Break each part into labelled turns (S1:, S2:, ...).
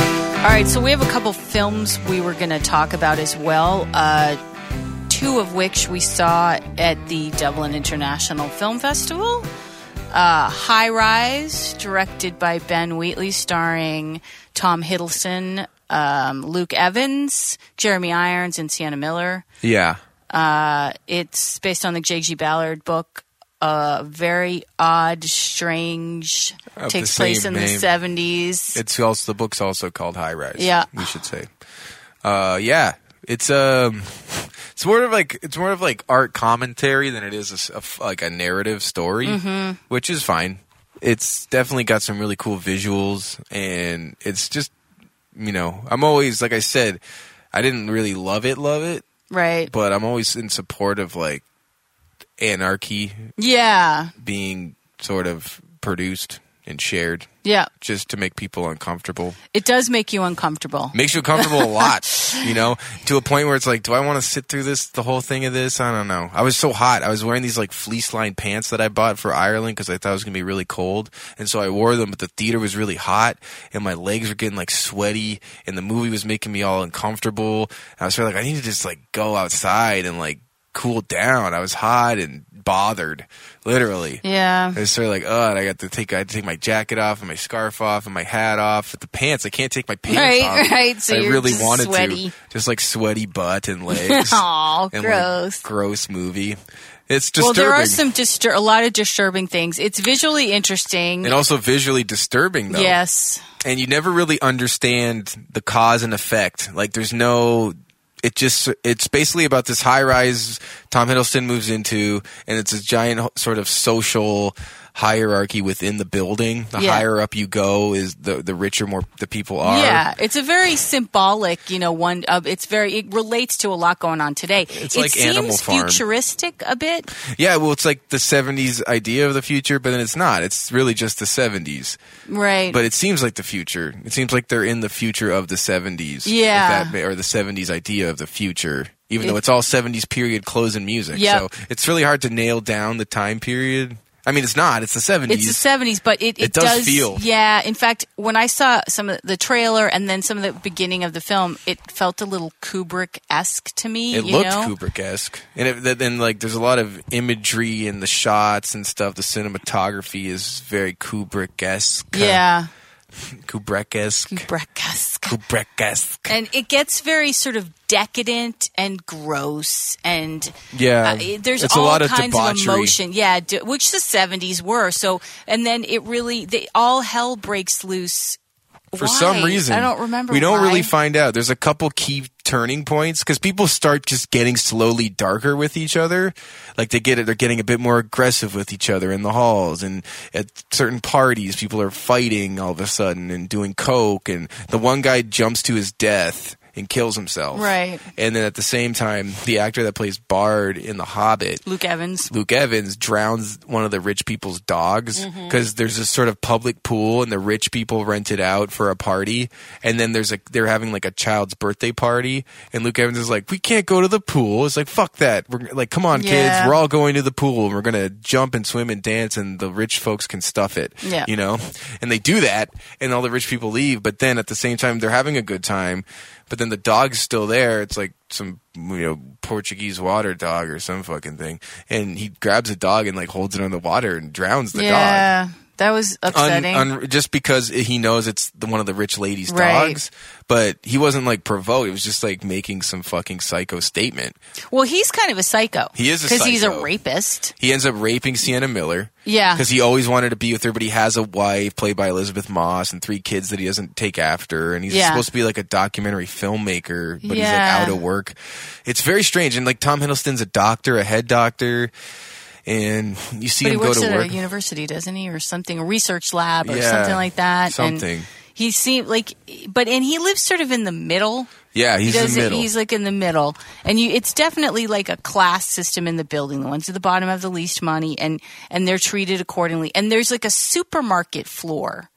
S1: right, so we have a couple films we were going to talk about as well. Uh, two of which we saw at the Dublin International Film Festival. Uh, High Rise, directed by Ben Wheatley, starring Tom Hiddleston, um, Luke Evans, Jeremy Irons, and Sienna Miller.
S2: Yeah.
S1: Uh, it's based on the J.G. Ballard book. A very odd, strange
S2: Of
S1: takes
S2: the
S1: place in
S2: same
S1: the
S2: name.
S1: seventies.
S2: It's also the book's also called High Rise.
S1: Yeah.
S2: we should say. Uh, yeah, it's um, it's more of like it's more of like art commentary than it is a s- a f- like a narrative story, which is fine. It's definitely got some really cool visuals, and it's just you know I'm always like I said, I didn't really love it, love it,
S1: right?
S2: but I'm always in support of like anarchy
S1: yeah,
S2: being sort of produced and shared
S1: yeah.
S2: just to make people uncomfortable
S1: It does make you uncomfortable.
S2: makes you uncomfortable a lot, you know, to a point where it's like, do I want to sit through this, the whole thing of this? I don't know. I was so hot. I was wearing these like fleece lined pants that I bought for Ireland because I thought it was going to be really cold. And so I wore them, but the theater was really hot and my legs were getting like sweaty and the movie was making me all uncomfortable. And I was sort of like, I need to just like go outside and like cool down. I was hot and bothered, literally.
S1: Yeah.
S2: It's sort of like, oh, and I got to take I had to take my jacket off and my scarf off and my hat off. But the pants, I can't take my pants
S1: Right,
S2: off.
S1: right, so
S2: I
S1: you're
S2: really
S1: just
S2: wanted
S1: sweaty.
S2: to, just like sweaty butt and legs.
S1: Aw,
S2: and, like,
S1: gross.
S2: gross movie. It's disturbing.
S1: Well, there are some distur- a lot of disturbing things. It's visually interesting.
S2: and also visually disturbing though.
S1: Yes.
S2: and you never really understand the cause and effect. Like there's no it just it's basically about this high rise Tom Hiddleston moves into and it's a giant ho- sort of social hierarchy within the building. The
S1: Yeah.
S2: higher up you go is the the richer more the people are.
S1: Yeah, it's a very symbolic, you know, one of it's very it relates to a lot going on today. it
S2: like
S1: seems
S2: Animal Farm.
S1: futuristic a bit.
S2: Yeah, well it's like the 70s idea of the future, but then it's not. It's really just the 70s.
S1: Right.
S2: But it seems like the future. It seems like they're in the future of the 70s. if
S1: Yeah.
S2: that may- or the 70s idea of the future, even though
S1: It-
S2: it's all 70s period clothes and music.
S1: Yep.
S2: So it's really hard to nail down the time period. I mean, it's not. It's the 70s.
S1: it's the seventies, but it, it,
S2: It does feel-
S1: Yeah. In fact, when I saw some of the trailer and then some of the beginning of the film, it felt a little Kubrick esque to me.
S2: it
S1: you
S2: looked
S1: know?
S2: Kubrick-esque, and it, th- then like there's a lot of imagery in the shots and stuff. The cinematography is very Kubrick-esque.
S1: Yeah.
S2: Kubrick-esque,
S1: Kubrick esque.
S2: Kubrick-esque.
S1: And it gets very sort of decadent and gross, and
S2: Yeah,
S1: uh, it- there's
S2: it's
S1: all
S2: a lot of
S1: kinds of,
S2: debauchery.
S1: emotion. Yeah, d- which the '70s were. So, and then it really, they all hell breaks loose.
S2: for
S1: Why?
S2: some reason
S1: I don't remember.
S2: we don't
S1: why.
S2: really find out there's a couple key turning points because people start just getting slowly darker with each other like they get it they're getting a bit more aggressive with each other in the halls and at certain parties people are fighting all of a sudden and doing coke and the one guy jumps to his death and kills himself
S1: Right.
S2: and then at the same time the actor that plays bard in the hobbit
S1: Luke Evans.
S2: Luke Evans drowns one of the rich people's dogs because there's this sort of public pool and the rich people rent it out for a party and then there's a they're having like a child's birthday party and Luke Evans is like we can't go to the pool it's like fuck that we're like come on
S1: Yeah.
S2: kids we're all going to the pool and we're gonna jump and swim and dance and the rich folks can stuff it
S1: Yeah.
S2: you know and they do that and all the rich people leave but then at the same time they're having a good time but then the dog's still there it's like some you know portuguese water dog or some fucking thing and he grabs a dog and like holds it on the water and drowns the dog
S1: yeah, that was
S2: Un-
S1: upsetting.
S2: un- just because he knows it's the, one of the rich lady's
S1: Right.
S2: dogs, but he wasn't like provoked. It was just like making some fucking psycho statement.
S1: well, he's kind of a psycho.
S2: He is a
S1: because he's a
S2: psycho.
S1: rapist.
S2: He ends up raping Sienna Miller.
S1: Yeah.
S2: Because he always wanted to be with her, but he has a wife played by Elizabeth Moss and three kids that he doesn't take after. And he's
S1: Yeah.
S2: supposed to be like a documentary filmmaker, but
S1: Yeah.
S2: he's like out of work. It's very strange. And like Tom Hiddleston's a doctor, a head doctor. And you see
S1: But he
S2: him go
S1: works
S2: to
S1: at
S2: work.
S1: a university, doesn't he, or something, a research lab, or
S2: Yeah,
S1: something like that.
S2: something.
S1: And he seemed like, but and he lives sort of in the middle.
S2: yeah, he's
S1: he
S2: in
S1: does
S2: the
S1: it,
S2: middle.
S1: he's like in the middle, and you, it's definitely like a class system in the building. The ones at the bottom have the least money, and and they're treated accordingly. And there's like a supermarket floor.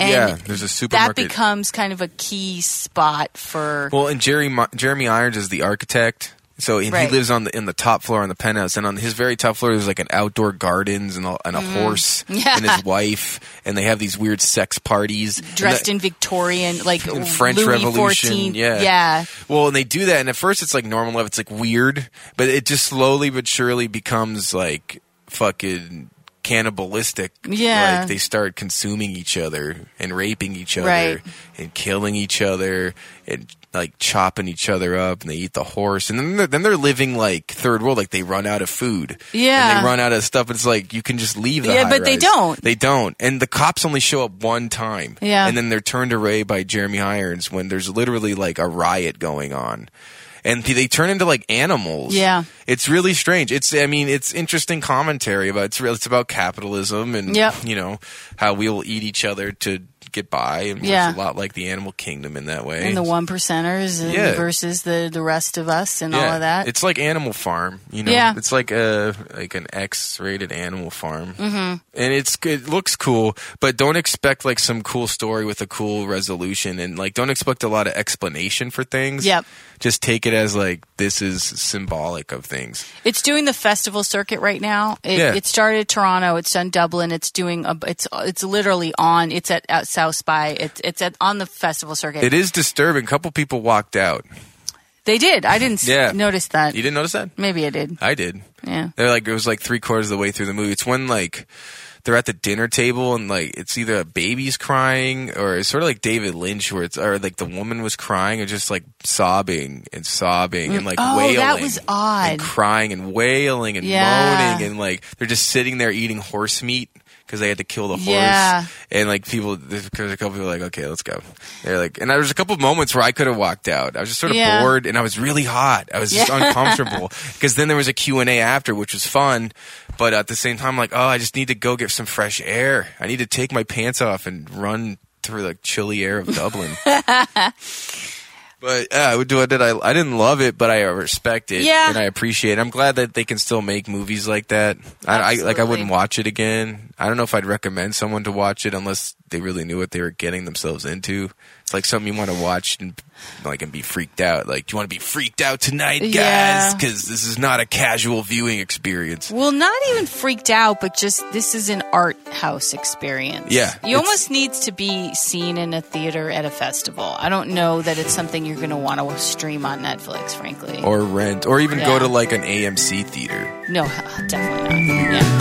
S1: And
S2: yeah, there's a
S1: that
S2: supermarket.
S1: becomes kind of a key spot for
S2: well, and Jerry, Mi- Jeremy Irons is the architect. So and
S1: Right.
S2: he lives on the in the top floor on the penthouse, and on his very top floor there's like an outdoor gardens and a, and a horse
S1: Mm. Yeah.
S2: and his wife, and they have these weird sex parties And
S1: dressed
S2: the-
S1: in Victorian, like
S2: In French
S1: Louis
S2: Revolution,
S1: 14.
S2: yeah.
S1: yeah,
S2: Well, and they do that, and at first it's like normal love, it's like weird, but it just slowly but surely becomes like fucking cannibalistic.
S1: Yeah.
S2: like they start consuming each other and raping each other
S1: Right.
S2: and killing each other and like chopping each other up, and they eat the horse, and then they're, then they're living like third world, like they run out of food,
S1: Yeah.
S2: and they run out of stuff. It's like you can just leave the
S1: Yeah, but they
S2: high-rise.
S1: don't.
S2: They don't, and the cops only show up one time,
S1: Yeah.
S2: and then and they're turned away by Jeremy Irons when there's literally like a riot going on. And they turn into like animals.
S1: Yeah.
S2: it's really strange. It's, I mean, it's interesting commentary about it's real. It's about capitalism and
S1: Yep.
S2: you know how we will eat each other to get by, and
S1: Yeah.
S2: it's a lot like the animal kingdom in that way.
S1: and the one percenters and
S2: Yeah.
S1: versus the the rest of us and all
S2: Yeah.
S1: of that.
S2: It's like Animal Farm, you know.
S1: Yeah.
S2: It's like a like an X-rated Animal Farm, mm-hmm. and it's it looks cool, but don't expect like some cool story with a cool resolution, and like don't expect a lot of explanation for things.
S1: Yep.
S2: Just take it as like this is symbolic of things.
S1: It's doing the festival circuit right now. It,
S2: Yeah.
S1: it started at Toronto. It's done Dublin. It's doing. A, it's it's literally on. It's at, at South by. It's it's at on the festival circuit.
S2: It is disturbing. A couple people walked out.
S1: they did. I didn't s-
S2: Yeah.
S1: notice that.
S2: You didn't notice that?
S1: Maybe I did.
S2: I did.
S1: Yeah.
S2: They're like it was like three quarters of the way through the movie. It's when like they're at the dinner table and like it's either a baby's crying or it's sort of like David Lynch where it's or like the woman was crying or just like sobbing and sobbing and like
S1: Oh,
S2: wailing.
S1: that was odd.
S2: And crying and wailing and
S1: Yeah.
S2: moaning and like they're just sitting there eating horse meat. Because they had to kill the horse,
S1: Yeah.
S2: and like people, there's there's a couple people like, okay, let's go. They're like, and there was a couple moments where I could have walked out. I was just sort of
S1: Yeah.
S2: bored, and I was really hot. I was just
S1: Yeah.
S2: uncomfortable because then there was a q&a after which was fun but at the same time like oh i just need to go get some fresh air i need to take my pants off and run through the chilly air of dublin but yeah i would do it did i i didn't love it but i respect it
S1: Yeah.
S2: and i appreciate it i'm glad that they can still make movies like that I, I like i
S1: Absolutely.
S2: wouldn't watch it again i don't know if i'd recommend someone to watch it unless they really knew what they were getting themselves into it's like something you want to watch and like and be freaked out like do you want to be freaked out tonight
S1: Yeah.
S2: guys because this is not a casual viewing experience.
S1: Well, not even freaked out, but just this is an art house experience.
S2: Yeah,
S1: You
S2: it's-
S1: almost needs to be seen in a theater at a festival. I don't know that it's something you're going to want to stream on Netflix, frankly.
S2: Or rent, or even
S1: Yeah.
S2: go to like an AMC theater.
S1: no, definitely not. Yeah.